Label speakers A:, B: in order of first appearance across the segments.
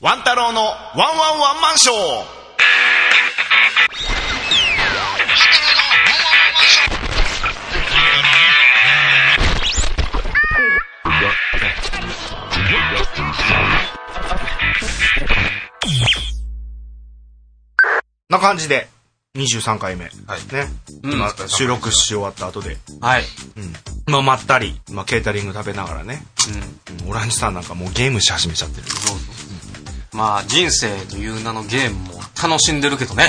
A: ワン太郎のワンワンワンマンショーな感じで、23回目。
B: はい
A: ね。
B: うん
A: まあ収録し終わった後で。
B: はい。
A: うん。まあ、まったり、まあ、ケータリング食べながらね。
B: うん。
A: うんオランジさんなんかもうゲームし始めちゃってる。
B: そうそうまあ、人生という名のゲームも楽しんでるけどね。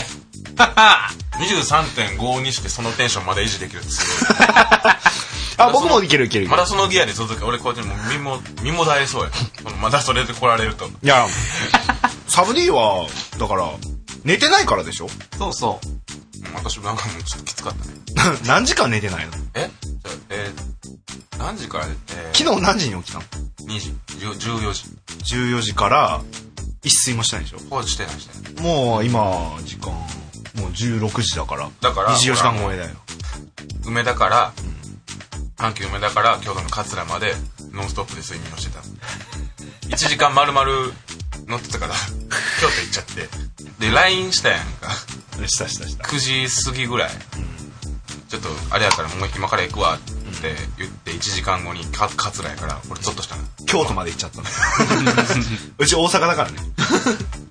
B: はは
C: 23.5にしてそのテンションまだ維持できるってすごい
A: あ、僕もいけるいけるいけ
C: ま
A: る。
C: だそのギアで続け俺こうやってもう身も身もだえそうや まだそれで来られると
A: いや、サブ D は、だから、寝てないからでしょ
B: そうそう。
C: うん私なんかもうちょっときつかったね
A: 何時間寝てないの
C: えじゃあえー何時からえー
A: 昨日何時に起きたの
C: 2時14時
A: ?14 時から、一睡もしてないでしょ
C: 放置してないしてない
A: もう今、時間、もう16時だから。
C: だから
A: 24時間超えだよ。
C: 梅田から阪急梅田から京都の桂までノンストップで睡眠をしてた1時間丸々乗ってたから京都行っちゃってで LINE したやんか
A: したしたした。
C: 9時過ぎぐらい、ちょっとあれやからもう今から行くわって言って1時間後にか桂やから俺ゾッとしたの
A: 京都まで行っちゃったの。 うち大阪だからね。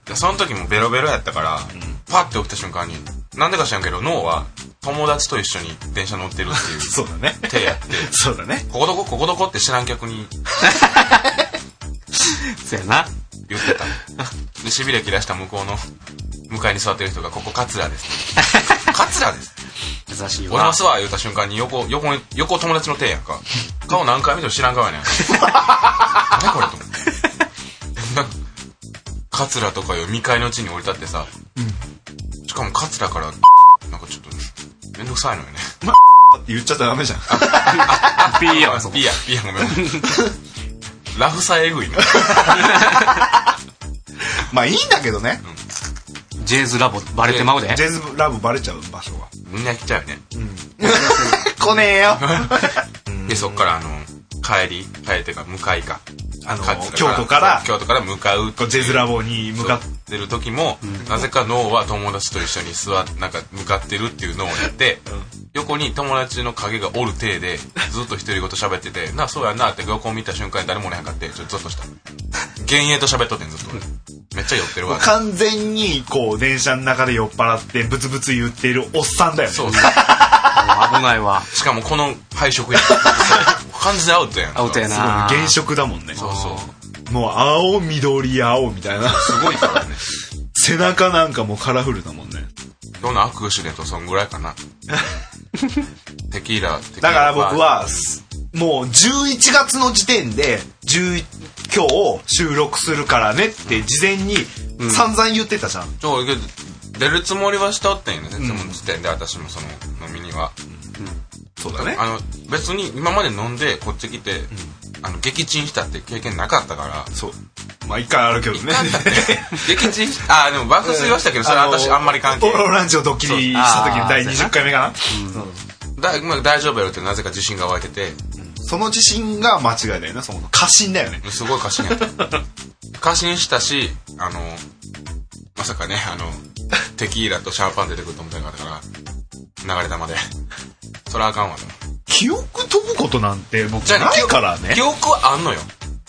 C: でその時もベロベロやったから、パッて起きた瞬間になんでか知らんけど脳は友達と一緒に電車乗ってるっていう
A: そうだね。
C: 手やって
A: そうだね。
C: ここどこここどこって知らん客に
B: そやな。
C: 言ってたでしびれ切らした向こうの向かいに座ってる人が「ここ桂です」「桂です」
B: 優しい
C: 「おり
B: わ
C: ま。すわ」言うた瞬間に横横に横友達の手やんか顔何回見ても知らん顔やねん 何これと思ってなんか桂とかよ未開の地に降り立ってさ、しかも桂からなんかちょっとめんどくさいのよね
A: って言っちゃったらダメじゃん。
B: ピーやわ、そこ
C: ピ。アピアごめん ラフさえぐいな
A: まあいいんだけどね。
B: ジェイズラボ、バレてまうで。
A: ジェズラブバレちゃう場所は。
C: みんな来ちゃうよね
A: 来ねえよ。
C: でそっからあの帰り帰りっていうか向かいか
A: あの
C: 桂
A: 京都から
C: 京都から向かう
A: こうジェズラボに向
C: 向
A: か
C: か
A: っ
C: ってる時も、なぜか脳は友達と一緒に座っなんか向かってるっていう脳をやって、横に友達の影がおる体でずっと独り言喋ってて「 なあそうやな」って横を見た瞬間に誰もおれへんかってちょっとゾッとした幻影と喋っとってんずっと俺めっちゃ酔ってるわ
A: 完全にこう電車の中で酔っ払ってブツブツ言っているおっさんだよね
C: そう
B: もう危ないわ。
C: しかもこの配色や 完全アウトやん
B: アウトや
A: す
B: な
A: ごい原色だもんね
C: そうそう
A: もう青緑青みたいな
C: すごいからね
A: 背中なんかもうカラフルだもんね
C: 今日のアクシデントそんぐらいかな テキーラテキーラ
A: だから僕はすもう11月の時点で11今日収録するからねって事前に散々言ってたじゃん、
C: そうけど出るつもりはしておったんよね、その時点で私もその飲みには、
A: そうだね
C: あの別に今まで飲んでこっち来て、あの撃沈したって経験なかったから
A: そうまあ一回あるけどね
C: 撃沈しあでも爆睡はしたけどそれは私あんまり関係
A: オロランジをドッキリした時の第
B: そうあーそうやな
A: 20回目かな
C: だまあ大丈夫やろってなぜか自信が湧いてて
A: その自信が間違いだよねその過信だよね
C: すごい過信やった 過信したしあのまさかねあのテキーラとシャーパン出てくると思ってなかったから流れ玉でそれはあかんわと思って
A: 記憶飛ぶことなんて僕
C: じゃあね
A: ないからね
C: 記憶はあんのよ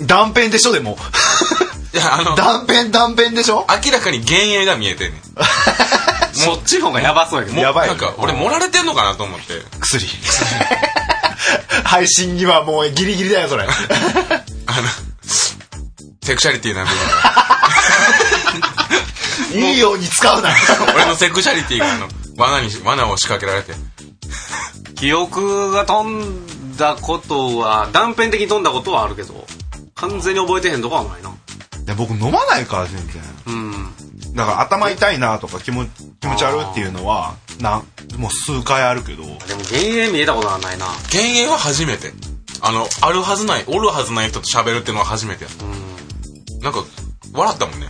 A: 断片でしょでも
C: いやあの
A: 断片断片でしょ
C: 明らかに幻影が見えてんねん
B: そっちの方がやばそうやけど。
C: もう
A: やばい
C: な
A: よ
C: ん
A: ね
C: か俺盛られてんのかなと思って
A: 薬 配信にはもうギリギリだよそ れ
C: あのセクシャリティな部
A: いいように使 うな
C: 分俺のセクシャリティがあの罠に罠を仕掛けられて
B: 記憶が飛んだことは、断片的に飛んだことはあるけど、完全に覚えてへんとこはないな。
A: で僕飲まないから全
B: うん。
A: 然だから頭痛いなとか気持気持ち悪いっていうのはなんもう数回あるけど
B: でも、幻影見えたことはないな。
C: 幻影は初めてあのあるはずないおるはずない人と喋るっていうのは初めてやったなんか笑ったもんね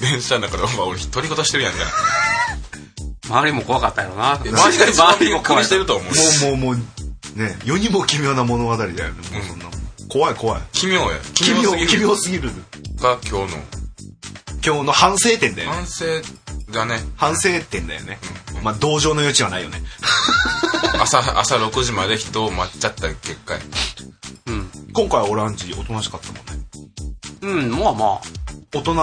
C: 電車の中でお前俺独り言してるやんみたいな
B: 周りも怖かったよな。周
C: マジで周りびっくりして
B: る。
C: ると思う
A: もうもうもうね世にも奇妙な物語だよねもうそんなもん怖い怖い
C: 奇妙や
A: 奇
C: 奇妙
A: 妙
C: すぎ
A: 奇
C: る
A: 妙すぎる
C: か今日の
A: 今日の反省点だよね
C: 反省だね
A: 反省点だよねまあ同情の余地はないよね
C: 朝朝6時まで人を待っちゃった結果や
B: うん。
A: 今回はオランジおとなしかったもんね
B: うん、まあまあ。
A: 大人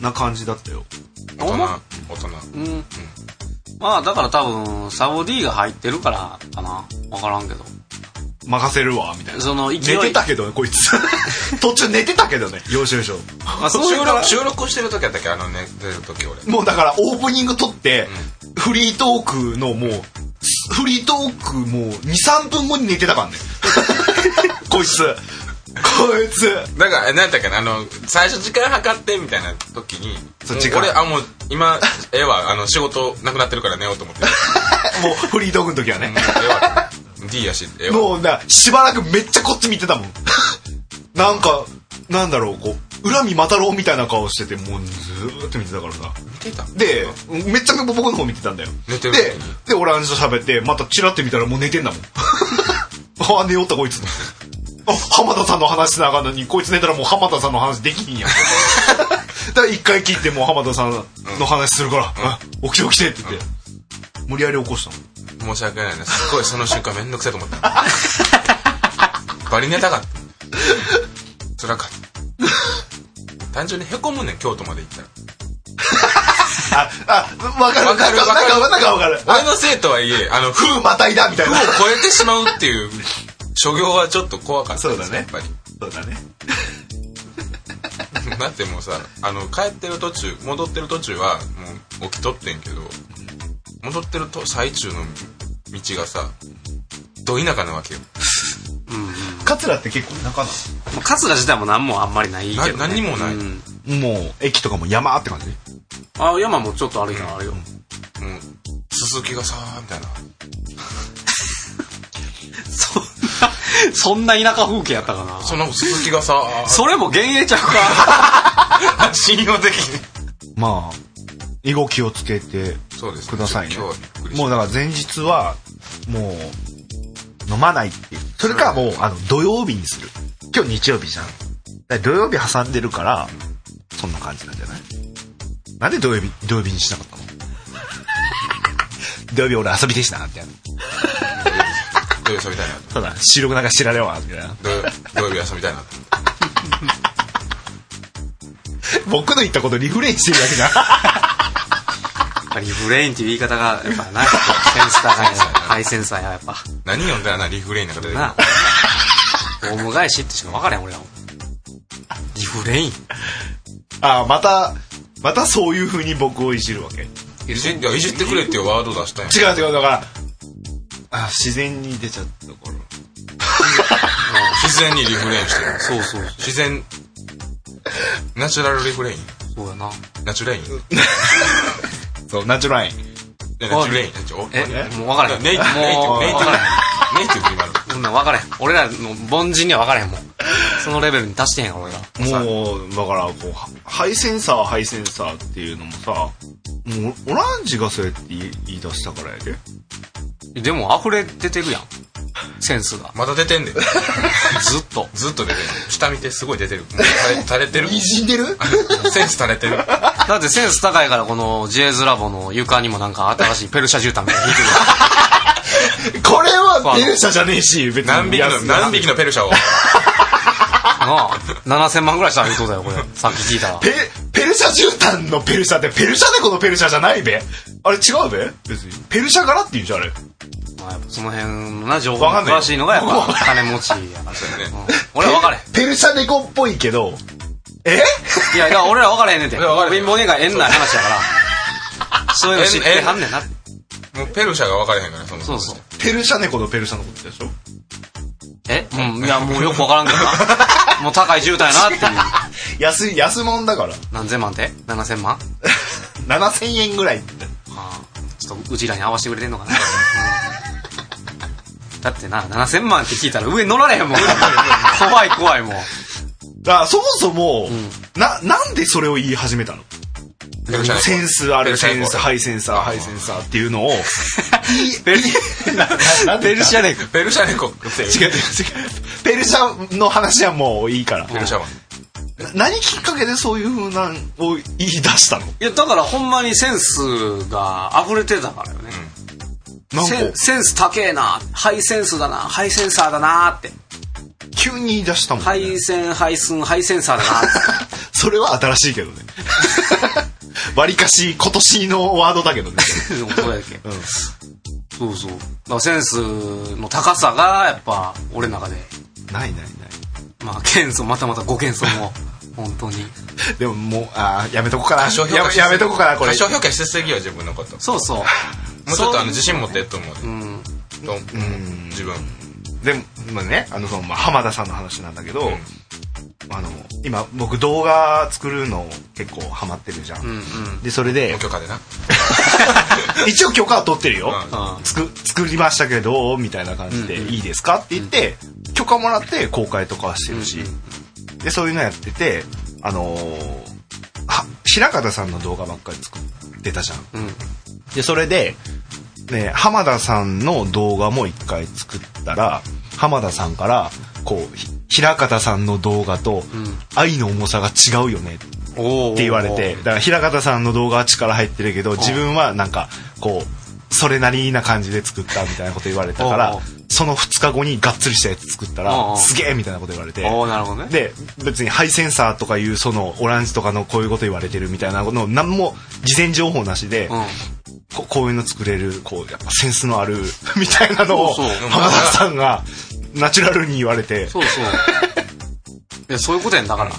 A: な感じだったよ
C: 大人
B: お前
C: 大人
B: うん。まあ、だから多分、サボ D が入ってるからかな。わからんけど。
A: 任せるわみたいな
B: その勢い。
A: 寝てたけどねこいつ 途中寝てたけどね要所要所
B: あ、そう
C: 収
B: いうから
C: 録収録してる時やったっけあのね出る時俺
A: もうだからオープニング撮って、フリートークのもう、フリートークもう2、3分後に寝てたからね。 こいつ。こいつ。
C: だから何やったっけなあの最初時間計ってみたいな時に
A: そう
C: も
A: 時間
C: 俺あもう今ええわあの仕事なくなってるから寝ようと思ってもう
A: もうフリートークの時はね。
C: ええわ D やしええわ
A: もうな、しばらくめっちゃこっち見てたもん。なんか、なんだろう、こう、恨みまたろうみたいな顔してて、もうずーっと見てたからさ。
C: 寝てた
A: で、めっちゃ僕の方見てたんだよ。
C: 寝てる
A: で、で、オランジと喋って、またチラって見たらもう寝てんだ もん。ああ、寝よったこいつ。あ、浜田さんの話しなあかんのに、こいつ寝たらもう浜田さんの話できひん やん。だから一回聞いて、もう浜田さんの話するから、あ起きて起きてって言って、無理やり起こしたの。
C: 申し訳ないなすっごいその瞬間めんどくさいと思った バリ寝たかった辛かった単純にへこむねん京都まで行ったら
A: あ、あ、わかるわ
C: わ
A: か
C: か
A: る
C: る
A: わ
C: わ
A: かる
C: かる
A: わかるわかる。あ、
C: 俺のせいとはいえあの風を
A: 風またいだみたいな。
C: 超えてしまうっていう所業はちょっと怖かった
A: そうだね
C: やっぱり
A: そうだね。
C: だってもうさあの帰ってる途中戻ってる途中はもう起きとってんけど戻ってると最中の道がさど田舎なわけよ
A: 桂って結構田舎な
B: まあ春日自体も何もあんまりないけど、ね。
C: な何にもない
B: うん
A: のもう、駅とかも山って感じ
B: あ、山もちょっとあるよ、あるよ。
C: もう鈴木がさーみたいな
B: そん な、そんな田舎風景やったかな。
C: その鈴木がさー
B: それも幻影ちゃうか。
C: 信用できない
A: まあ、以後気をつけて
C: そうです
A: くださいね。
C: ちょっと今日はびっくりした
A: もうだから前日は、もう、飲まないっていう。それかもう、あの、土曜日にする。今日日曜日じゃん。だから土曜日挟んでるから、そんな感じなんじゃないなんで土曜日、土曜日にしなかったの 土曜日俺遊びでした、みたいな。
C: 土曜日遊びたいな
A: そうだ、収録なんか知られわ、みたいな。
C: 土曜土曜日遊びたいな
A: 僕の言ったことリフレインしてるだけじゃん。
B: リフレインっていう言い方が、やっぱな、センス高いね。ハイセンサーや、やっ ぱ。
C: 何読んだらなリフレインなんか出てくる
B: なあ。オウム返しってしか分からへん、俺は。リフレイン。
A: ああ、また、またそういう風に僕をいじるわけ。違う
C: いじいやいじってくれっていうワード出したんや
A: 違う、だから、あ自然に出ちゃったから。
C: 自然にリフレインしてる
B: そうそう。
C: 自然ナチュラルリフレイン
B: そうやな。
C: ナチュレイン
A: そう、ナチュライン。
C: いやナチュレインナチュお
B: え
C: 何、
B: もう分からへん。
C: ネイティブ、ネイティ
B: も
C: ブ、
B: う
C: ネイティ
B: 分
C: ブ
B: からへん。、
C: ネイティブ今の。
B: そんなん分からへん。俺らの凡人には分からへんもん。そのレベルに達してへんから、俺ら。
A: もう、だから、こう、ハハイセンサーはハイセンサーっていうのもさ、もう、オランジがそうやって言い言い出したからやで。
B: でも溢れ出てるやん。センスが。
C: また出てんで。
B: ずっと。
C: ずっと出てる。下見てすごい出てる。もう垂れ垂れてる。
A: んでる
C: センス垂れてる。
B: だってセンス高いから、この JS ラボの床にもなんか新しいペルシャ絨毯みたいなの引いて るわ
A: これは、電車じゃねえし、別に。
C: 何匹の、
A: 安い
C: 何匹のペルシャを。
B: なあ。7000万ぐらいしたら言うとだよ、これ。さっき聞いたら。
A: ペ、ペルシャ絨毯のペルシャって、ペルシャ猫のペルシャじゃないべ。あれ違うべ別に。ペルシャ柄って言うんじゃんあれ。
B: まあ、やっぱその辺のな、情報
A: わか
B: が
A: んない
B: 詳しいのが、やっぱ 金持ちやから。
C: そうやね
B: うん俺は分かれへん。
A: ペルシャ猫っぽいけど、え
B: いや、いや俺ら分からへんねんて。
C: 俺ら分からへん
B: 貧乏人が縁ない話やから。そういうの知ってはんねんな。
C: もうペルシャが分からへんから、その。
B: そうそう。。
A: ペルシャ猫のペルシャのことでしょ
B: えうん、いや、もうよく分からんけどな。もう高い渋滞やなっていう。
A: 安い、安物だから。
B: 何千万って ?7000 万
A: 7000円ぐらいって。
B: あーちょっとうちらに合わせてくれてんのかな、うんだってな7000万って聞いたら上乗られへんもん怖い怖いもう
A: だからそもそも、な、なんでそれを言い始めたの
C: ペルシャ
A: センスあ
C: ペ
A: る
C: ルシャ
A: セ
C: 猫
A: ンス、ハイセンサー、ハイセンサーっていうのを、
B: ペル
A: ななんで
B: ペルシャネコ
C: ペルシャ猫って。
A: 違う違う違う。ペルシャの話はもういいから。
C: ペルシャ湾
A: な何きっかけでそういう風なんを言い出したの
B: いやだからほんまにセンスが溢れてたからよね、
A: なん
B: セ
A: か、
B: ンセンス高えなハイセンスだなハイセンサーだなって
A: 急に言い出したもんね。
B: ハイセンハイスンハイセンサーだなって
A: それは新しいけど ね。わりかし今年のワードだけどね。
B: そうやけ、そうそうだからセンスの高さがやっぱ俺の中で
A: ないないない。
B: まあ謙遜またまたご謙遜を本当に
A: でももう、あーやめとこうかな。
C: 過小評
A: や
C: 価
A: め
C: し
A: やめとこうかな、これ。
C: 過小評価しすぎよ自分のことも
B: そう そう
C: うちょっとあの自信持ってと思う
B: うん
C: と思う自分
A: でも、まあね、あの、その、まあ、浜田さんの話なんだけど、
C: ん
A: あの、今、僕動画作るの結構ハマってるじゃん。
B: うんうん
A: で、それで
C: 無、許可でな
A: 一応許可は取ってるよ。
C: う
B: あ
A: つく作りましたけどみたいな感じで「いいですか?」って言って許可もらって公開とかはしてるし、でそういうのやっててあのーは平方さんの動画ばっかり作ってたじゃん。
B: うん
A: でそれで、ね、浜田さんの動画も一回作ったら浜田さんからこうひ平方さんの動画と
B: ん
A: 愛の重さが違うよねって
B: お
A: って言われてだから平方さんの動画は力入ってるけど自分はなんかこうそれなりな感じで作ったみたいなこと言われたか
B: おう
A: ら
B: おう
A: その2日後にがっつりしたやつ作った
B: おうお
A: ら
B: う
A: すげえみたいなこと言われて
B: おおなるほどね
A: で別にハイセンサーとかいうそのオランジとかのこういうこと言われてるみたいなのを何も事前情報なしで
B: うん
A: ここういうの作れるこうやっぱセンスのある みたいなのを
B: そうそう
A: 浜田さんがナチュラルに言われて
B: そう そう。いや、そういうことやん、だから。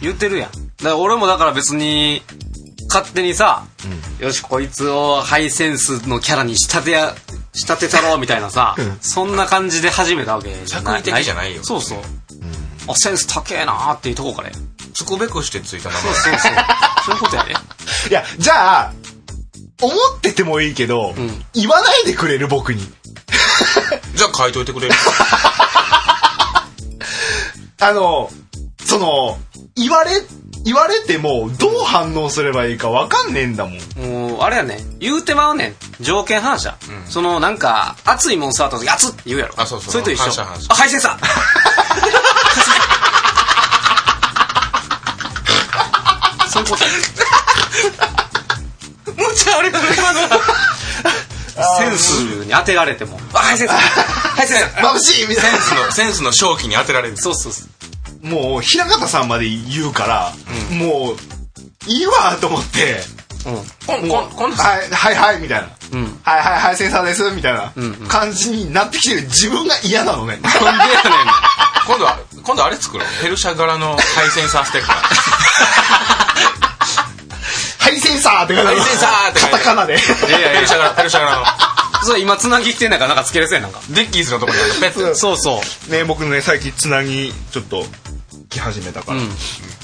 B: 言ってるやん。だから俺もだから別に、勝手にさ、よし、こいつをハイセンスのキャラに仕立てや、仕立てたろうみたいなさ、そんな感じで始めたわけじゃない。
C: 着衣的じゃないよ
B: そうそう。あ、センス高えなーっていうとこからや
C: つくべくしてついた名
B: そうそうそう。 そういうことやね。
A: いやじゃあ思っててもいいけど、
B: ん
A: 言わないでくれる僕に。
C: 前じゃあ書いといてくれる
A: あの、その、言われ、言われても、どう反応すればいいかわかんねえんだもん。
B: もう、あれやね。言うてまうねん。条件反射。その、なんか、熱いもん触った時、熱っって言うやろ。
C: あそうそう
B: れと一緒。
C: 反射反射
B: あ、ハイセン サーそういうこと むちゃあれ今の。センスに当てられても。あ、ハイセンサーハイセンサー
A: 眩しいみたいな。
C: センスの センスの正気に当てられる
B: そうそうそう。
A: もう、平方さんまで言うから、もう、いいわと思って、
C: こんこんこんな
A: はい、はいはい、みたいな。
B: うん
A: はいはいはい、センサーです、みたいな
B: うんうん
A: 感じになってきてる自分が嫌なのね。
B: なんでやねん。
C: 今度は今度あれ作ろうペルシャ柄の配線させてから
A: はい、センサーって書いてある
C: はいセンサーって書い
A: カ
C: て
A: タ
C: ある
A: カナで。
B: いやいやい
C: ペル
B: や
C: シャ柄ペルシャ柄の
B: それ今つなぎきてんだからなんかつけるやつやんなんか。
C: デッキーズのとこにペッて
B: そうそう。
A: ね、僕ね、最近つなぎ、ちょっと、来始めたから、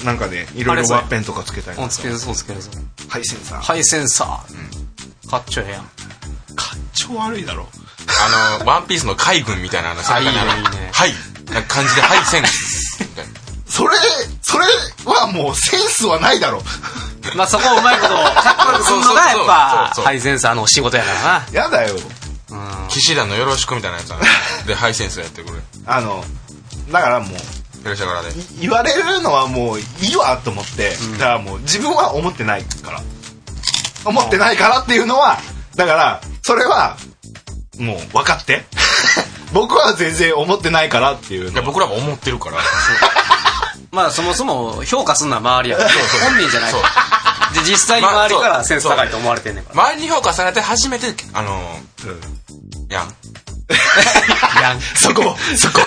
A: なんかね、いろい
B: あ
A: ろ
B: れそう
A: ワッペンとかつけたりと
B: うん
A: か
B: つけるそうつけるぞ。
A: はい、センサー。
B: ハイセンサー。かっちょええやん。
A: 超悪いだろ。
C: あのワンピースの海軍みたいなあの
B: あいいねいいね
C: はいなんか感じではいセンスみたいな
A: それ、それはもうセンスはないだろ。
B: まあそこをうまいこと、かっこよくするのがやっ
C: そうそうそうそ
B: ぱ、
C: う
B: ハイセンサーの仕事やからな。
A: やだよ。
C: 騎士団のよろしくみたいなやつあるでハイセンスやってくれ
A: あの、だからもう、
C: ペルシャ柄で
A: い言われるのはもういいわと思って、だからもう自分は思ってないから。思ってないからっていうのは、だから、それは、もう分か って。僕は全然思ってないからっていう
C: い
A: の
C: や。僕らも思ってるから
B: まあそもそも評価するのは周りやから、
C: そう
B: 本人じゃない
C: そう
B: から。で、実際に
C: まあ
B: 周りからセ
C: そう
B: ンス高いと思われてんねんか
C: 周りに評価されて初めてあ
A: う
C: の
A: ん
C: やん
B: ら。やん。
A: そこ、そこ、そこ、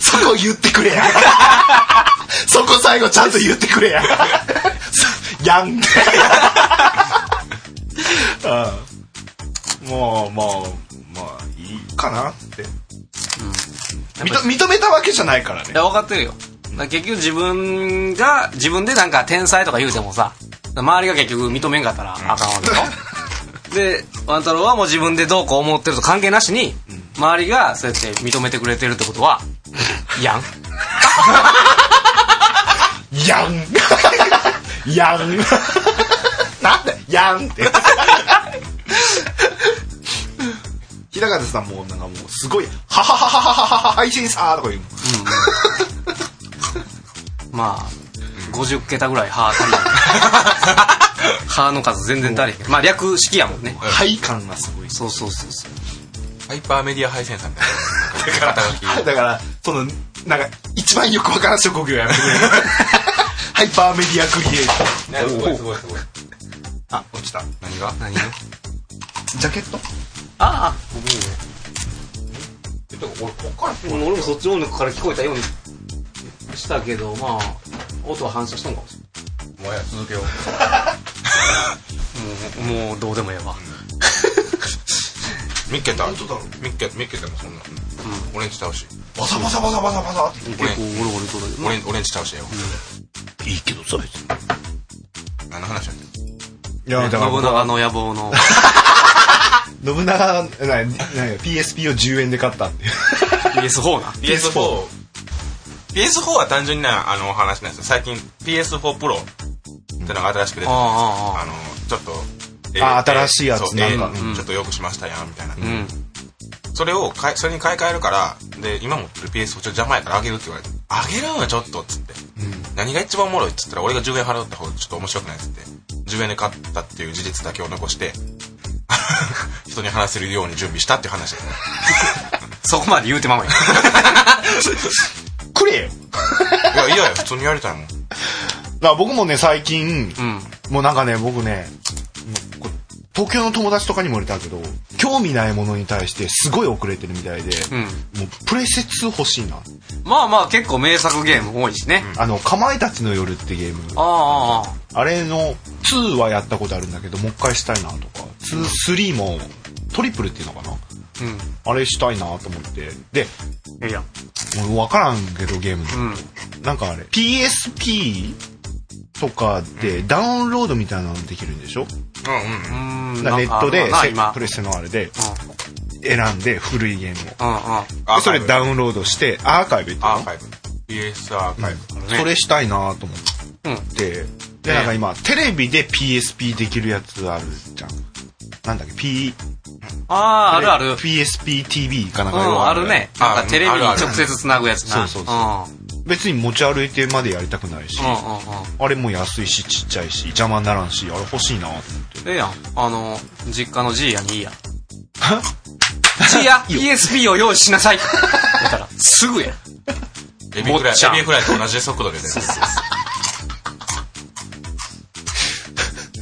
A: そこ言ってくれや。そこ最後ちゃんと言ってくれや。そやんって。 うんもう、もう、まあ、いいかなって。認認めたわけじゃないから
B: い
A: ね。
B: や、分かってるよ。だから結局自分が、自分でなんか天才とか言うてもさ、周りが結局認めんかったらあかんわ けよ。で、万太郎はもう自分でどうこう思ってると関係なしに、周りがそうやって認めてくれてるってことは、やん。
A: やん。 やん。 なんでやんって。平方さんもなんかもうすごい「ははははははは配信さー」とか言うもん
B: まあ50桁ぐらい歯足りない 歯の数全然足りへんまあ略式やもんね
A: 「はい」感がすごい
B: そうそうそうそう
C: ハイパーメディア配線さんみたい
A: だから だからそのなんか一番よくわからん職業やめてくれハイパーメディアクリエイター
C: な。 すごいすごいすごい。
A: あ落ちた
C: 何が
B: 何が
A: ジャケット
B: ああ
C: ちょっと俺、こっから
B: 僕もね俺もそっち音楽から聞こえたようにしたけどまあ音は反射したんかもし
C: もうや、続けよう。
B: れん もうもうどうでもええわ
C: ミッケた。ミッケ、ミッケたもそんな。オレンジ倒し。
A: バサバサバサバサバサって
B: 結構ゴロゴロとだけど
C: オレンオレンジ倒しやよ。
A: いいけどさ別に
C: 何の話やっ
A: いやだ
B: 信長の野望の
A: 信長ななな PSP を10円で買ったんで
B: PS4 な
A: PS4。
C: PS4 は単純なあの話なんですよ。最近 PS4 Pro ってのが新しく出て、
B: あ
C: あ
B: あああ
C: の、ちょっと、え
A: あ新しいやつ
C: そう
A: なんか
C: えちょっとよくしましたやんみたいな。
B: うん
C: それをかい、それに買い替えるから、で、今持ってる PS4 ちょっと邪魔やからあげるって言われて、あげるんはちょっとっつって、何が一番おもろいっつったら、俺が10円払った方がちょっと面白くないっつって、10円で買ったっていう事実だけを残して、 人に話せるように準備したっていう話ですね。
B: そこまで言うてまうやん
A: くれよ
C: いや、いやいや、普通にやりたいもん。
A: だから僕もね最近、
B: うん
A: もうなんかね僕ねもうこ東京の友達とかにも言ったけど興味ないものに対してすごい遅れてるみたいで、
B: うん
A: もうプレセ2欲しいな、
B: まあまあ結構名作ゲーム多いしね、
A: あの「かまいたちの夜」ってゲーム
B: ああああ
A: あれの2はやったことあるんだけどもう一回したいなとか23もトリプルっていうのかな
B: う
A: あれしたいなと思ってで
B: んいや
A: もう分からんけどゲームの
B: うん
A: なんかあれ PSP とかでダウンロードみたいなのできるんでしょ、
C: うんうん。
B: うん
A: だからネット
B: なん
A: で
B: かあ
A: せ
B: るな今
A: プレステのあれで選んで古いゲームを
B: うんうん
C: ア
A: で
C: ー
A: そ
C: カイ
A: れ
C: ブ
A: ダウンロードしてアーカイブっていう
C: ア
A: の
C: ーカイブ PS アーカイブ、
A: それしたいなと思って、でなんか今テレビで PSP できるやつあるじゃんなんだっけ P
B: ああーあるある
A: PSPTV かなん
B: う
A: かよ
B: ん
A: く
B: あるね
C: あ
B: なんかテレビに
C: あるあ
B: 直
C: る
B: 接つなぐやつな
A: そうそう
B: う
A: そ別に持ち歩いてまでやりたくないし、
B: んうんうんうん
A: あれも安いしちっちゃいし邪魔にならんしあれ欲しいなと思って
B: ええやんあの実家のじいやにいいやじいや PSP を用意しなさ いだからすぐや
C: エビフ
B: 坊
C: ライ
B: っちゃん
C: エビフライと同じ速度で出る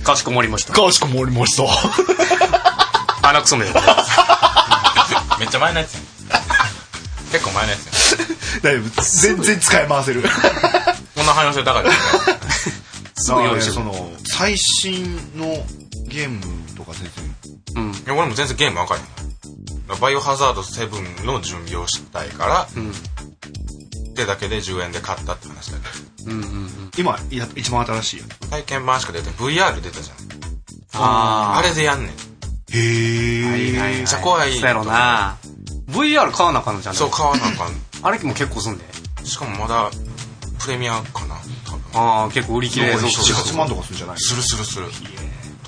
B: かしこまりました
A: かしこまりました
B: 穴くそめだ
C: めっちゃ前のやつやん結構前のやつやん
A: だいぶ全然使い回せる
C: こんな汎用性高いですね
B: すぐ用意して
A: そ
B: る
A: の最新のゲームとか全然
B: うん
C: いや俺も全然ゲーム分かるバイオハザード7の準備をしたいから、
B: ん
C: ってだけで10円で買ったって話だけ
B: うんうんうん
A: 今や一番新しいや
C: ど体験版しか出てない VR 出たじゃんあ
B: あ
C: れでやんねん
A: つへえ、
B: ーはいはいはい
C: じゃあ怖い
B: そうやろな VR 買わなあかんのじゃん
C: そう買わなあか
B: あれも結構すんで
C: んしかもまだプレミアかな多分
B: ああ結構売り切れ
A: なん
B: そう
A: か
B: そうそう
A: 78万とかするんじゃない
C: するするする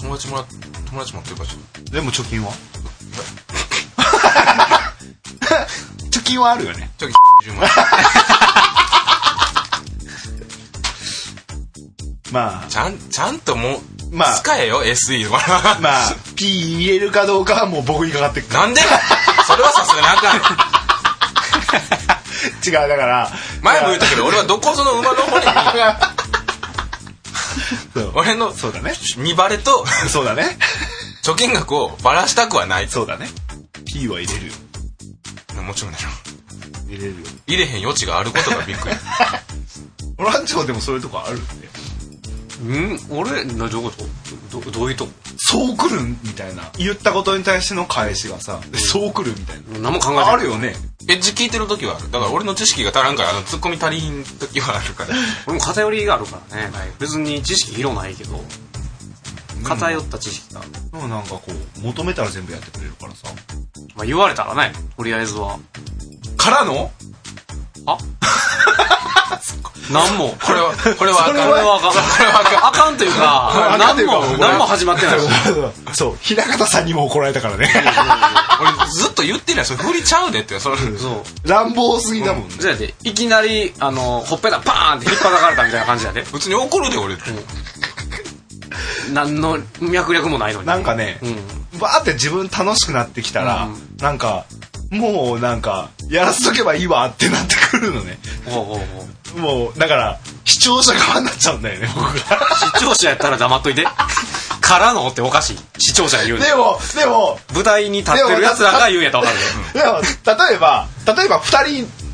C: 友達もら友達持ってるからちょっと
A: でも貯金は 貯金はあるよね
C: ちょっと10万
A: まあ
C: ちゃん、ちゃんともう、
A: まあ
C: 使えよ、SE は。
A: まあ P 入れるかどうかはもう僕にかかってく
C: なんでそれはさすがにあかん。
A: 違うだから
C: 前も言ったけど、俺はどこぞの馬の骨 に、
A: そう
C: 俺の
A: そうだね
C: 見バレと
A: そうだね
C: 貯金額をバラしたくはない。
A: そうだね P は入れるよ
C: もちろんでしょ。
A: 入れるよ
C: 入れへん余地があることがびっ くり。
A: オランチョでもそういうとこあるんで
B: うん俺などういうことどどういうとこ
A: そうくるんみたいな言ったことに対しての返しがさそうくるみたいな
B: 何も考えてない
A: あるよね
C: エッジ聞いてる時はある。だから俺の知識が足らんから、あの、ツッコミ足りひん時はあるから。
B: 俺も偏りがあるからね、別に知識広ないけど偏った知識がある、
A: でもなんかこう求めたら全部やってくれるから さ
B: まあ、言われたらねとりあえずは
A: からの
B: あ何も。
C: これは、これはあ か
B: こ
C: ん。
B: れはあかん。あかんというか、何も、何も始まってないし。
A: そう平方さんにも怒られたからね
C: 俺ずっと言ってない。それ振りちゃうでって。それ
B: そう。
A: 乱暴すぎだもんね、
B: じゃあで、いきなり、あの、ほっぺたパーンって引っ張かれたみたいな感じやで。
C: 普通に怒るで俺。
B: 何の脈略もないのに。
A: なんかね、バーって自分楽しくなってきたら、
B: うん
A: なんかもうなんかやらせとけばいいわってなってくるのね
B: ほうほうほう。
A: もうだから視聴者側になっちゃうんだよね僕ら
B: 視聴者やったら黙っといて。からのっておかしい。視聴者が言うね
A: でもでも
B: 舞台に立ってる奴らが言うんやったらわかる
A: でも例えば例えば2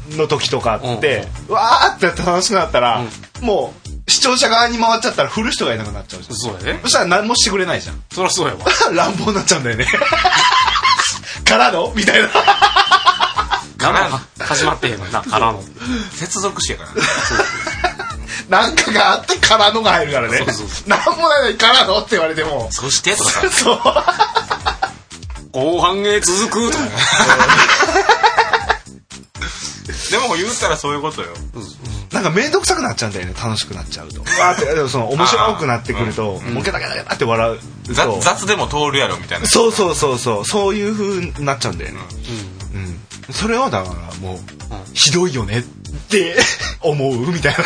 A: 人の時とかって、わーって楽しくなったら、もう視聴者側に回っちゃったら振る人がいなくなっちゃうじゃ
B: で。
A: ん
B: そうやね。
A: そしたら何もしてくれないじゃん
B: そりゃそうやわ。
A: 乱暴になっちゃうんだよね からのみたいな
B: 何もは始まってへんの にな、からの。
C: 接続詞 やからね。
A: なんかがあってからのが入るからね
B: そうそうそ
A: なんもないのにからのって言われても
C: そしてとかさ。
A: そう
B: 後半へ続くとか。
C: でも言うたらそういうことよ。
A: なんか面倒くさくなっちゃうんだよね楽しくなっちゃう とわーってでもその面白くなってくるともうゲタゲタゲタって笑うと
C: 雑雑でも通るやろみたいな。
A: そうそうそうそうそういう風になっちゃうんだよね、うんそれはだからもう、ひどいよねって思うみたいな、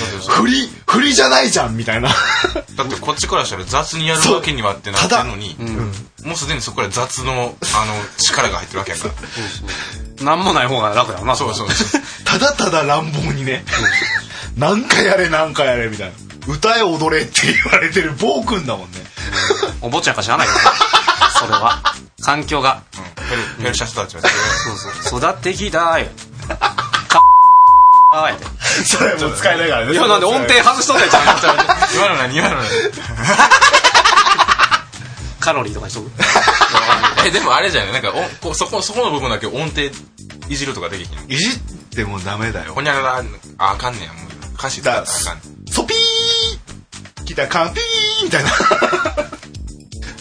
A: 振り振りじゃないじゃんみたいな
C: だってこっちからしたら雑にやるわけにはってなってるのに、もうすでにそこから雑のあの力が入ってるわけやから。
B: 何もない方が楽やわな。
C: そうそうそう。
A: ただただ乱暴にねなんかやれなんかやれみたいな歌え踊れって言われてる暴君だもんね
B: お坊ちゃんか知らないけ どね。それは。環境が。
C: ペルペルシャ人たちは。
B: そうそう。育ってきた ーよ。かーいって
A: それもう使えないからね
B: いや、なんで音程外しとったやん。
C: 今の何今 の何
B: カロリーとかにしとく。
C: え、でもあれじゃないなんかおこそこ、そこの部分だけ音程いじるとかできひん。
A: いじってもダメだよ
C: ほにゃらら、あ、あかんねや。もう歌詞使ったらあかんね
A: ソピー来たかピーみたいな
C: ん。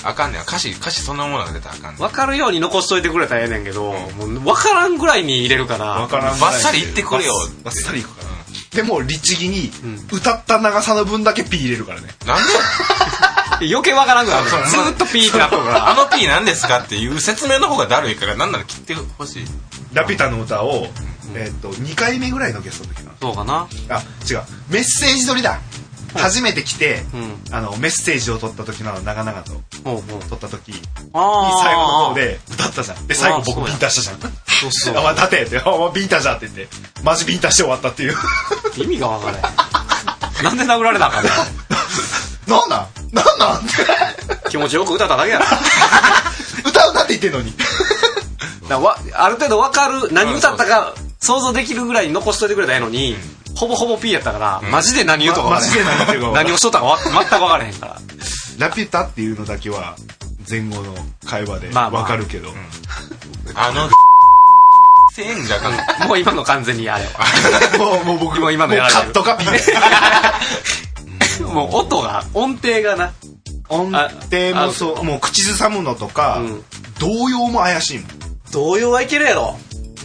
C: あかんねや。歌詞、歌詞そんなものが出たらあかんねん。
B: わかるように残しといてくれたらええねんけど、もうわからんぐらいに入れるから。
A: から
C: バッサリ言ってくれよ。
A: バッサリいくからでも律儀に歌った長さの分だけピー入れるからね
C: なんで
B: 余計わからんぐらい。ず
C: そう そう
B: ーっとピーってなっとるから。
C: あの P 何ですかっていう説明の方がだるいから、なんなら切ってほしい。
A: ラピュタの歌を、えっと2回目ぐらいのゲストの時なの
B: そうかな。
A: あ違うメッセージ撮りだ初めて来て、
B: う
A: あのメッセージを撮った時の長々と
B: ほうほう。
A: 撮った時に
B: あ
A: 最後の方
B: で。
A: で歌ったじゃんで最後
B: あーそう
A: 僕
B: や
A: ビンタしたじゃん
B: そうそう
A: あ まあ立てってあまあビンタじゃんって言ってマジビンタして終わったっていう
B: 意味がわからへ ん。なんで殴られなあかんねん
A: なんなんなんなん
B: 気持ちよく歌っただけや ろ。だか
A: 歌うなって言ってんのに
B: らわある程度わかる、何歌ったか想像できるぐらいに残しといてくれたらええのに、ほぼほぼ P やったから、マジで何 言うとかわ
A: マ
B: か
A: ジで
B: ら
A: 何言ってるか
B: へ
A: 分
B: ん。
A: からん
B: 何をしとったかわ 全くわからへんから。
A: ラピュタっていうのだけは前後の会話で
B: まあまあ
A: わかるけど、
C: あの、せんじゃあかん。
B: もう今の完全にあれ は。
A: もうもう僕
B: もう今のやられ
A: カ
B: る
A: ットか ピー
B: もう音が、音程がな。
A: 音程もそうもう口ずさむのとか、
B: ん
A: 動揺も怪しいもん
B: 同様はいけるやろ。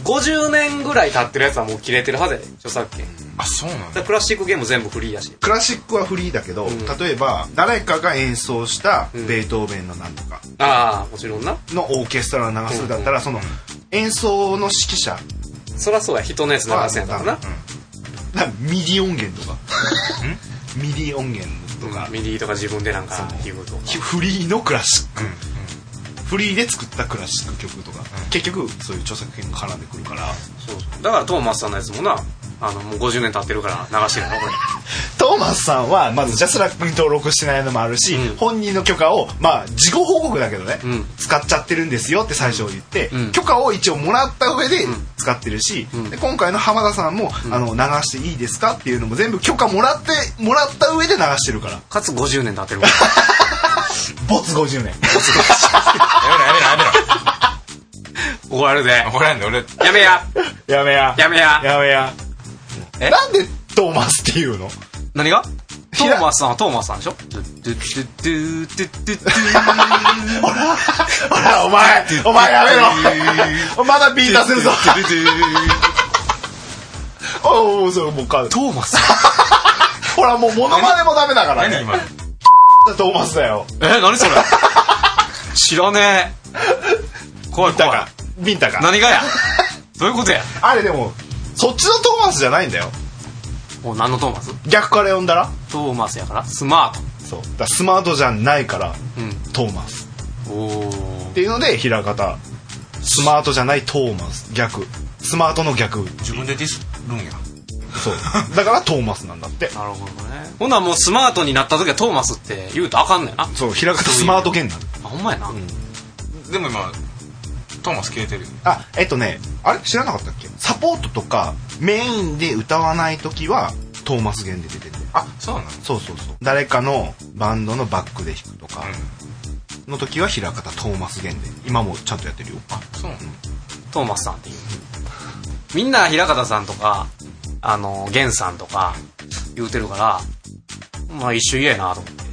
B: 50年ぐらい経ってるやつはもう切れてるはずやで、著作権。だか
C: あ、そうなんだ。
B: らクラシックゲーム全部フリーやし。
A: クラシックはフリーだけど、例えば誰かが演奏したベートーベンのなんとか
B: ああ、もちろんな。
A: のオーケストラを流すだったら、その演奏の指揮者
B: そらそうや、人のやつ流せんからな。
A: なんかミディ音源とかミディ音源とか、
B: ミディとか自分でなんか言うとか。
A: フリーのクラシック、フリーで作ったクラシック曲とか、結局そういう著作権が絡んでくるから
B: そうそうだからトーマスさんのやつもな、あの、もう50年経ってるから流してるの、こ
A: トーマスさんはまずジャスラックに登録してないのもあるし、
B: うん
A: 本人の許可をまあ事後報告だけどね、
B: うん
A: 使っちゃってるんですよって最初言って、
B: うん
A: 許可を一応もらった上で使ってるし、で今回の浜田さんも、あの流していいですかっていうのも全部許可もらってもらった上で流してるから
B: れ。かつ50年経ってるから。
A: 没50年
C: やめろやめろや
B: 怒られるで
C: め。ろ。怒らんで俺、
B: やめや
A: やめや
B: やめや
A: やめや
B: え
A: なんでトーマスっていうの
B: 何がト
A: ひら
B: ーマスさんはトーマスさんでし ょドゥドゥドゥドゥドゥドゥドゥ
A: ほらお前お 前やめろまだビータするぞ おああそれもうか
B: トーマス
A: ほらもうモノマネもダメだから
C: 何
A: ね
C: 今の
A: トーマスだよ
B: え何それ知らねえ怖い
A: ビンタ
B: 怖い
A: かビンタか
B: 何がやどういうことや
A: あれでもそっちのトーマスじゃないんだよ
B: もう何のトーマス
A: 逆から呼んだら
B: トーマスやからスマー
A: そうだからスマートじゃないから
B: トうん
A: トーマス
B: おお
A: っていうので平方スマートじゃないトーマス逆スマートの逆
C: 自分でディスるんや
A: そうだからトーマスなんだって
B: なるほどねほんならもうスマートになった時はトーマスって言うとあかんねんな
A: そう平方スマート剣なの
B: あほんまやな、
C: でも今トーマス消えてるよ
A: あえっとねあれ知らなかったっけサポートとかメインで歌わない時はトーマス弦で出てて
C: あそうなの
A: そうそうそう誰かのバンドのバックで弾くとかの時は平方トーマス弦で今もちゃんとやってるよ
C: あそうなの
B: トーマスさんっていうみんな平方さんとかあの源さんとか言うてるからまあ一緒嫌やなと思って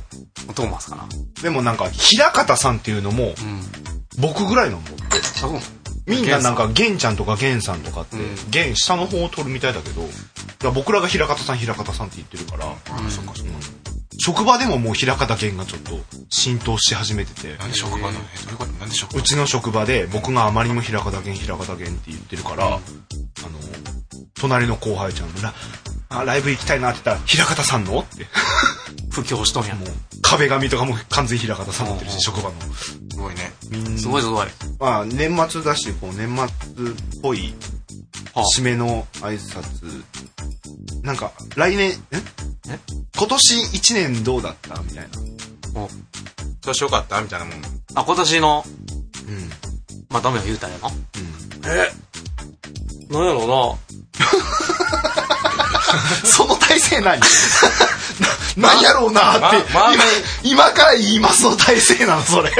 B: トーマスかな
A: でもなんか平方さんっていうのも
B: うん
A: 僕ぐらいのもう
B: そう
A: みんななんか源ちゃんとか源さんとかって
B: うん
A: 源、下の方を取るみたいだけどだから僕らが平方さん平方さんって言ってるから、
C: あそっかそっか
A: 職場でももう平方源がちょっと浸透し始めてて
C: なんで職場なのえどういうことなんで職場
A: うちの職場で僕があまりにも平方源平方源って言ってるから、あの隣の後輩ちゃんがあライブ行きたいなって言ったら「平方さんの?」って
B: 布教しとんや
A: もう壁紙とかも完全に平方さんになってる
B: う
A: し
B: ん
A: 職場の
C: すごいね
B: すごいすごい
A: まあ年末だしこう年末っぽい
B: あ
A: 締めの挨拶なんか来年え
B: え
A: 今年1年どうだったみたいな、
B: お
C: 調子よかったみたいなもん
B: あ今年の
A: うん
B: まあダメよ言うたらやなえなんやろ
A: その体勢何 な何やろうなって、
C: まま
A: 今今から言いますの体勢なのそれ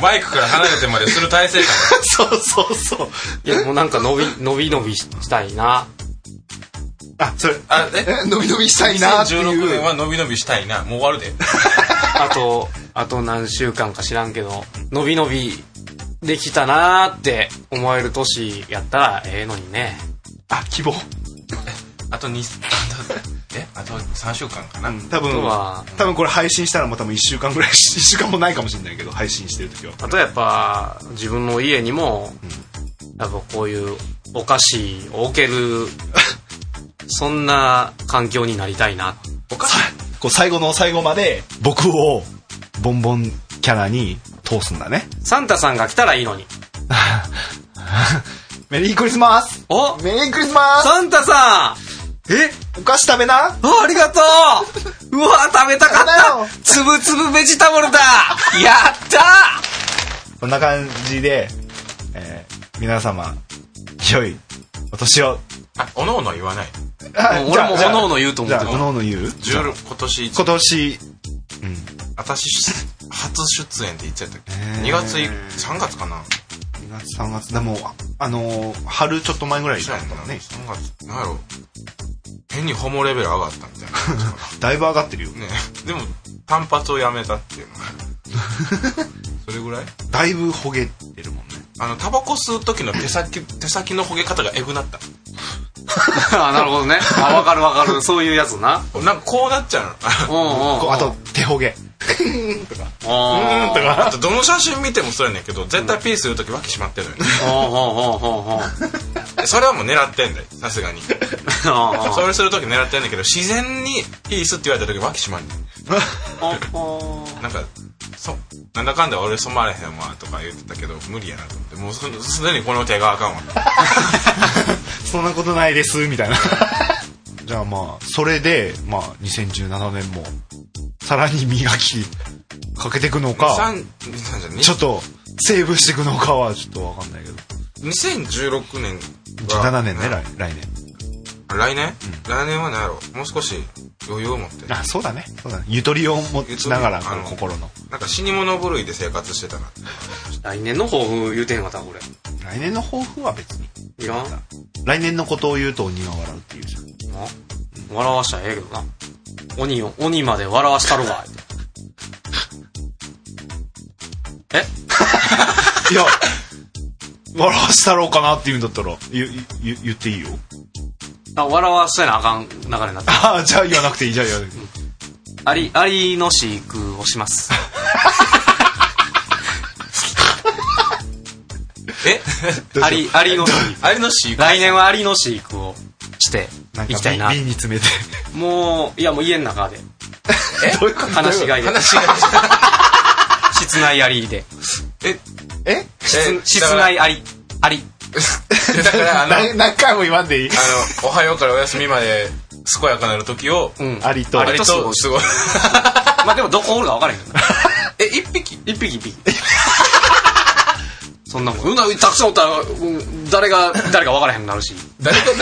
C: マイクから離れてまでする体勢か
A: そうそうそう
B: うないやもうなんか伸び伸び伸びしたいな
A: あそれ
C: なあえ
A: え伸び伸びしたいなって
C: 2016
A: い
C: 年
A: う
C: は伸び伸びしたいなもう終わるで
B: あと、あと何週間か知らんけど、伸び伸びできたなーって思える年やったらええのにね。
A: あ希望
C: あと2あとえあと3週間かな
A: 多
B: あと
A: 分
B: は、
A: 多分これ配信したらもう多分1週間ぐらい1週間もないかもし れないけど配信してる時は
B: あとやっぱ、自分の家にも、やっぱこういうお菓子を置ける、 そんな環境になりたいな。
C: おかしい
A: こう最後の最後まで僕をボンボンキャラに通すんだね
B: サンタさんが来たらいいのに。
A: メリークリスマス
B: お
A: メリークリスマス
B: サンタさんえ
A: お菓子食べな
B: あありがとううわ食べたか
A: 食べ
B: っ
A: なよ
B: たつぶつぶベジタブルだやった
A: こんな感じで、えー皆様良いお年を
C: あおのおのは言わない
A: あ
B: もう
A: じゃあ
B: 俺も
A: じゃあ
B: おのおの言うと思うけ
A: じ
B: ど
A: ゃあおのおの言うじゃあ
C: 16今年一
A: 今年
C: 私初出演って言っちゃったっけ
A: へー
C: 2月い3月かな
A: 2月3月でもああのー春ちょっと前ぐらいだったらね
C: 3月なんやろ変にホモレベル上がったみたい
A: だいぶ上がってるよ
C: なねでも単発をやめたっていうのがそれぐらい
A: だいぶほげてるもんね
C: あのタバコ吸う時の手先手先のほげ方がエグなった
B: あなるほどね。あ、わかるわかる。そういうやつな。
C: なんかこうなっ ちゃうの
B: うんうんうん。
A: こうあと手ほげ
B: うんうん
C: あとどの写真見てもそうやねんけど絶対ピース言う時脇閉まってるのよね
B: うんうんうんうんうん
C: それはもう狙ってんだよさす がに
B: うん
C: それする時狙ってんだけど自然にピースって言われた時脇閉まるんだよなんか、そ、なんだかんだ俺染まれへんわとか言ってたけど、無理やなと思って、もうすすでにこの手があかんわ。
A: そんなことないですみたいな じゃあまあそれでまあ2017年もさらに磨きかけていくのか
C: 三、三じゃ
A: ちょ
C: ね
A: っとセーブしていくのかはちょっとわかんないけど
C: 2016年は。
A: 17年ね来来年
C: 来年、来年は何やろもう少し余裕を持って。
A: あそうだねそうだねゆとりを持ちながら
C: ゆとりあの
A: こう心の
C: なんか死に物狂いで生活してたな。
B: 来年の抱負言うてへんかったこれ。
A: 来年の抱負は別に
B: いらん
A: 来年のことを言うと鬼が笑うっていうじゃん
B: な笑わしたらええけどな。鬼を、鬼まで笑わしたるわ。え
A: いや笑わしたろうかなって言うんだったらゆゆゆ言っていいよ
B: あ笑わせなあかん流れになってる
A: ああ、じゃあ言わなくていい。じゃあ言わなくていい。
B: アリアリの飼育をします
C: え
B: アリアリの飼育
C: あれの飼育
B: 来年はアリの飼育をして
A: なん
B: いきたい
A: か
B: な
A: 瓶瓶に詰めて。
B: もういやもう家の中で
A: どういうこと
B: 話がいい
C: 話が
B: 室内アリで
C: え
A: え
B: 室
C: え
B: 室内アリアリ
C: だから あのあの
A: な何回も言わんでいい
C: おはようからお休みまで健やかなる時を
B: うん
A: ありと。
B: ア
C: 割
B: リ
C: と
B: と
C: す
B: 過
C: ご
B: ご
C: い
B: すまあでもどこおるか分からへんから
C: え一匹
B: 一匹一匹 そんなもんうんなたくさんおったら、うん誰が誰か分からへんなるし
C: 誰と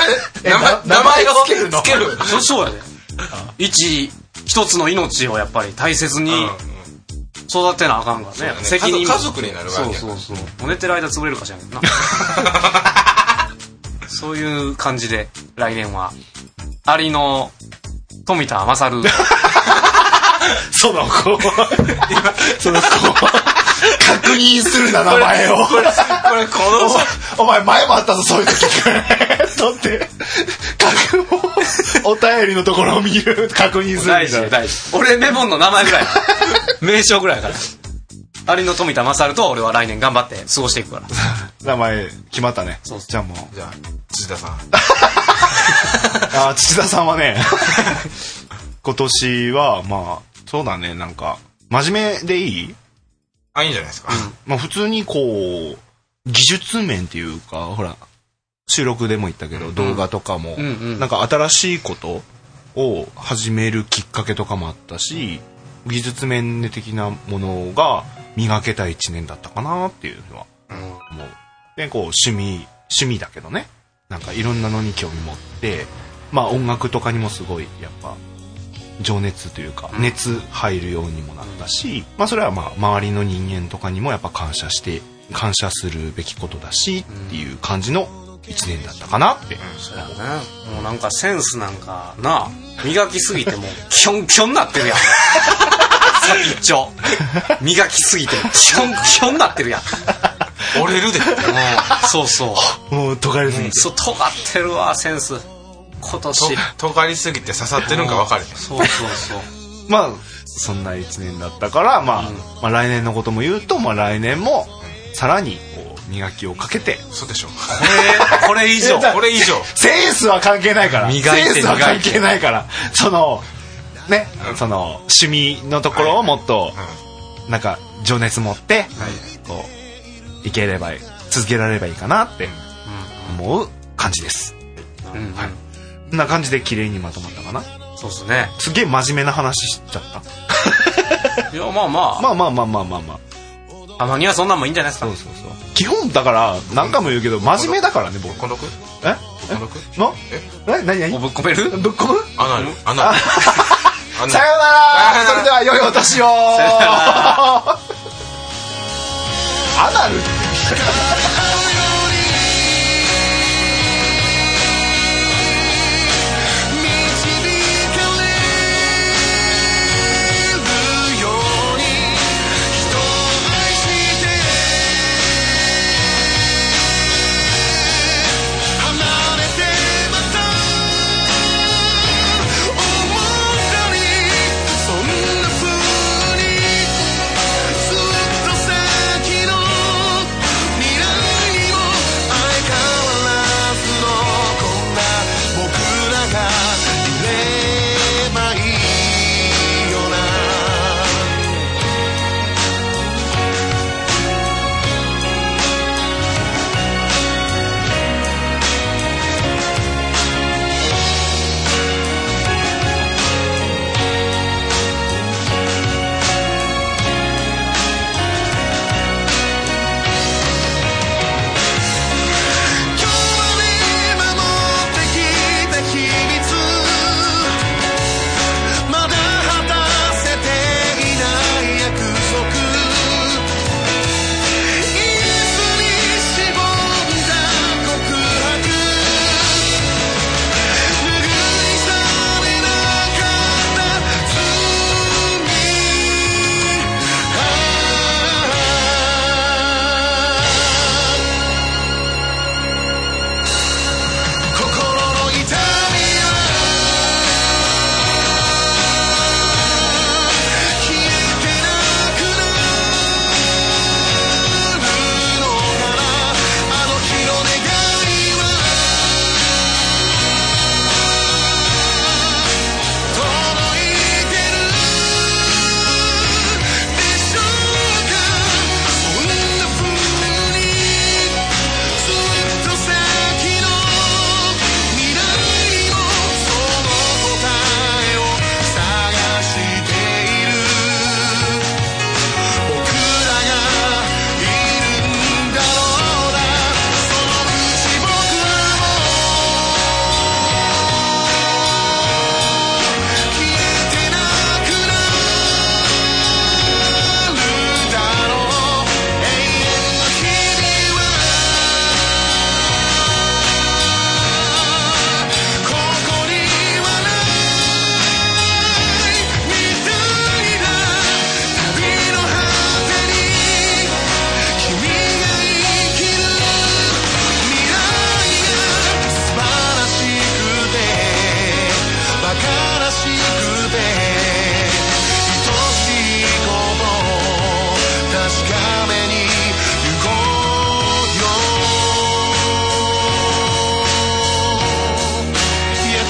A: え
C: 誰名前
A: な
C: 名前
A: 名前
C: つける
A: つ
C: つ
A: け
C: け
A: る
C: る
B: そそうやで 一一つの命をやっぱり大切に育てなあかんからね、
C: ね
B: 責任も
C: 家族家族になるわけやか
B: そう
C: ら
B: そうそう寝てる間潰れるか しらんけどなそういう感じで来年はアリの富田勝 を
A: その子。 その子。 確認するな、名前を。
C: これこ の
A: お前前もあったぞ、そういう時。だって、確お便りのところを見る、確認する
B: 大
A: みたい
B: 事
A: な。
B: 大事俺メモンの名前ぐらい 名称ぐらいやからアリの富田勝と俺は来年頑張って過ごしていくから
A: 名前決まったね。
B: そうそう
A: じゃあもう。
C: じゃあ土田さん
A: あー土田さんは ね、今年は、まあ、そうだね、なんか、真面目でいい
C: あいいんじゃないですか
A: まあ普通にこう、技術面っていうか、ほら、収録でも言ったけど、動画とかも、
B: うんうん
A: なんか新しいことを始めるきっかけとかもあったし、技術面的なものが磨けた一年だったかなっていうのは思う。で、こう、趣味、趣味だけどね、なんかいろんなのに興味持って、まあ音楽とかにもすごい、やっぱ、情熱というか熱入るようにもなったし、まあ、それはまあ周りの人間とかにもやっぱ感謝して感謝するべきことだしっていう感じの1年だったかなって、
B: そうやねもうなんかセンスなんかな磨きすぎてもうキョンキョンなってる やん先っちょ磨きすぎてキョンキョンなってるやん
C: 折れるで
B: うんそうそう
A: もうとがりすぎて、
B: そう尖ってるわセンス今年
C: と尖りすぎて刺さってるんか分かる
B: そうそうそう
A: まあそんな1年だったから、まあまあ来年のことも言うと、まあ、来年もさらにこう磨きをかけて
C: 嘘でしょ
B: これこれ以上
C: これ以上
A: センスは関係ないから
B: 磨いて
A: センスは
B: 磨い
A: 関
B: て
A: 係ないからそのね、その趣味のところをもっとなんか情熱持って、こういければいい続けられればいいかなって思う感じです
B: うんうん
A: こんな感じで綺麗にまとまったかな
B: そうっすね
A: すげえ真面目な話しちゃった
B: いやまあま
A: まあまあまあまあまあまあ
B: あたまにはそんなんもいいんじゃないですか
A: そうそうそう基本だから何回も言うけど真面目だからね僕
C: 孤独
A: え
C: 孤独
A: のえ何
B: お
A: 何
B: ぶっ込める
A: ぶっ込む
C: アナルアナルア
A: さ
C: ナル
A: ようならそれでは良いお年を アナル
D: 「未来を見つめて」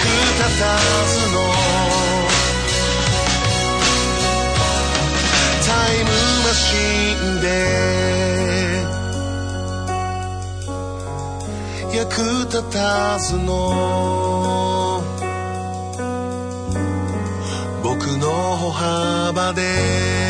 D: 夏のタイムマシンで役立たずの僕の歩幅で